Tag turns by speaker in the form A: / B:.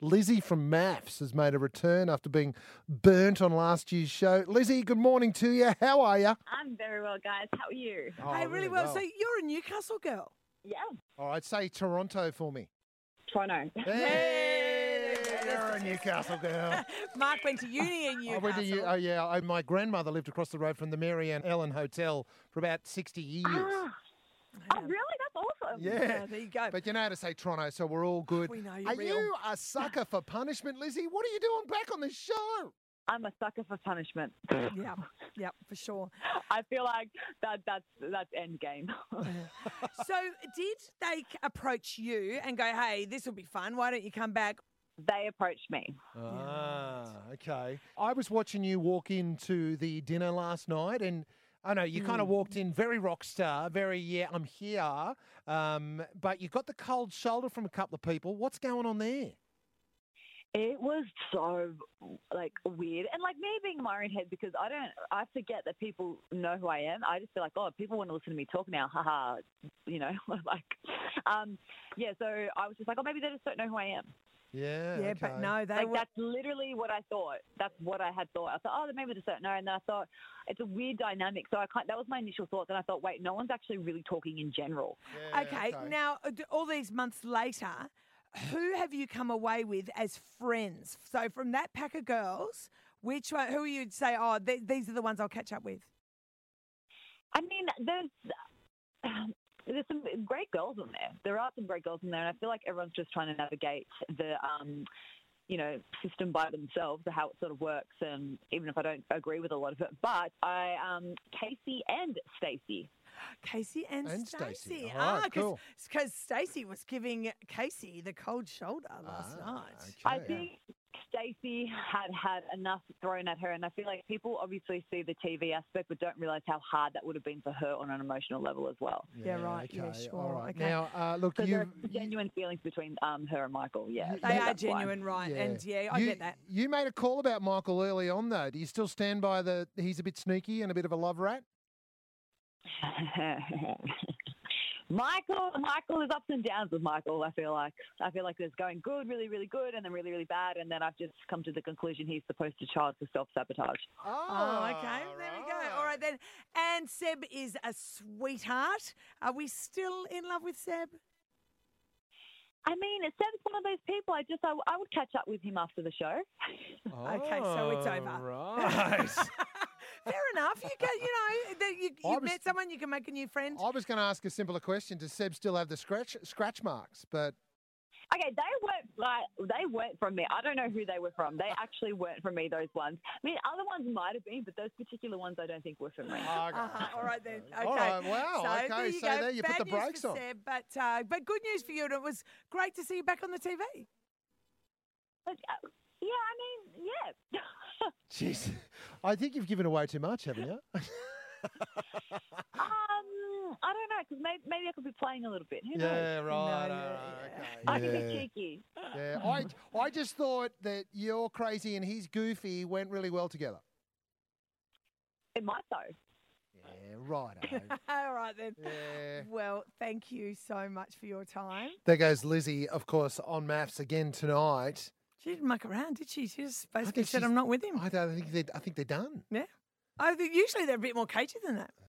A: Lizzie from Maths has made a return after being burnt on last year's show. Lizzie, good morning to you. How are you?
B: I'm very well, guys. How are you?
A: Oh,
C: hey, Oh, really, well. So you're a Newcastle girl.
B: Yeah.
A: All right, say Toronto for me.
B: Toronto.
A: Hey, you're a Newcastle girl.
C: Mark went to uni in
A: I
C: Newcastle.
A: went to U- oh yeah, I, my grandmother lived across the road from the Mary Ann Ellen Hotel for about 60 years.
B: Ah. Oh, really? That's
A: uh,
B: awesome.
A: Yeah.
C: there you go.
A: But you know how to say Toronto, so we're all good.
C: We know you're
A: Are
C: real.
A: you a sucker for punishment, Lizzie? What are you doing back on the show?
B: I'm a sucker for punishment.
C: yeah, yeah, for sure.
B: I feel like that that's that's end game.
C: So did they c- approach you and go, "Hey, this will be fun. Why don't you come back?"
B: they approached me.
A: Ah, okay. I was watching you walk into the dinner last night, and I know you
C: Hmm.
A: kind of walked in very rock star, very yeah, I'm here. Um, but you got the cold shoulder from a couple of people. What's going on there?
B: It was so like weird, and like me being in my own head because I don't, I forget that people know who I am. I just feel like, oh, people want to listen to me talk now, haha. You know, like, um, yeah. So I was just like, oh, maybe they just don't know who I am.
A: Yeah.
C: Yeah, but
A: okay.
C: no, they
B: like
C: were.
B: that's literally what I thought. That's what I had thought. I thought, oh, maybe they just don't know. And then I thought it's a weird dynamic. So I can't. That was my initial thought. Then I thought, wait, no one's actually really talking in general.
A: Yeah,
C: okay, now uh, d- all these months later, who have you come away with as friends? So from that pack of girls, which one? Who you'd say, "Oh, th- these are the ones I'll catch up with."
B: I mean, there's there's some great girls in there. There are some great girls in there, and I feel like everyone's just trying to navigate the um, you know system by themselves, how it sort of works. And even if I don't agree with a lot of it, but I um, Casey and Stacey.
C: Casey and,
A: And Stacey.
C: Stacey. Ah,
A: All right, cool.
C: because Stacey was giving Casey the cold shoulder last
A: Ah,
C: night.
B: I
A: okay.
B: think Stacey had had enough thrown at her, and I feel like people obviously see the TV aspect, but don't realise how hard that would have been for her on an emotional level as well.
C: Yeah, right. Yeah,
A: okay, All
C: sure,
A: right.
C: okay.
A: Now, uh, look,
B: So there
A: you.
B: are genuine feelings between um, her and Michael. Yeah,
A: They
C: They
B: that's
C: are
B: why.
C: genuine, right? And yeah, I
A: you,
C: get that.
A: You made a call about Michael early on, though. Do you still stand by the he's a bit sneaky and a bit of a love rat?
B: Michael, Michael is ups and downs with Michael. I feel like I feel like there's going good, really, really good, and then really, really bad, and then I've just come to the conclusion he's the poster child for self sabotage.
C: Oh, okay. There we go. All right then. And Seb is a sweetheart. Are we still in love with Seb?
B: I mean, it's Seb's one of those people. I just I, I would catch up with him after the show.
C: Okay, so it's over.
A: Right.
C: Fair enough. You can, you know, that you,
A: I
C: you
A: was-
C: met someone, you can make a new friend.
A: I was going to ask a simpler question. Does Seb still have the scratch scratch marks? But
B: Okay, they weren't like they weren't from me. I don't know who they were from. They actually weren't from me. Those ones. I mean, other ones might have been, but those particular ones I don't think were from me.
C: Uh-huh. All right then. Okay.
A: All right, wow,
C: So
A: okay,
C: there you
A: so
C: go.
A: there you put
C: Bad
A: the
C: news for
A: brakes on.
C: Seb, but uh, but good news for you, and it was great to see you back on the TV.
B: But, uh, yeah, I mean, yeah.
A: jeez, I think you've given away too much, haven't you?
B: um, I don't know because maybe, maybe I could be playing a little bit. Who knows?
A: right. Uh,
C: No,
B: I
A: okay.
B: could be cheeky.
A: yeah. I I just thought that your crazy and his goofy went really well together.
B: It might though.
A: Yeah, right.
C: All right then.
A: Yeah.
C: Well, thank you so much for your time.
A: There goes Lizzie, of course, on maths again tonight.
C: She didn't muck around, did she? She just
A: basically said, she's- "I'm
C: not with him." Oh,
A: I don't think they. I think they're done.
C: Yeah. I think usually they're a bit more cagey than that.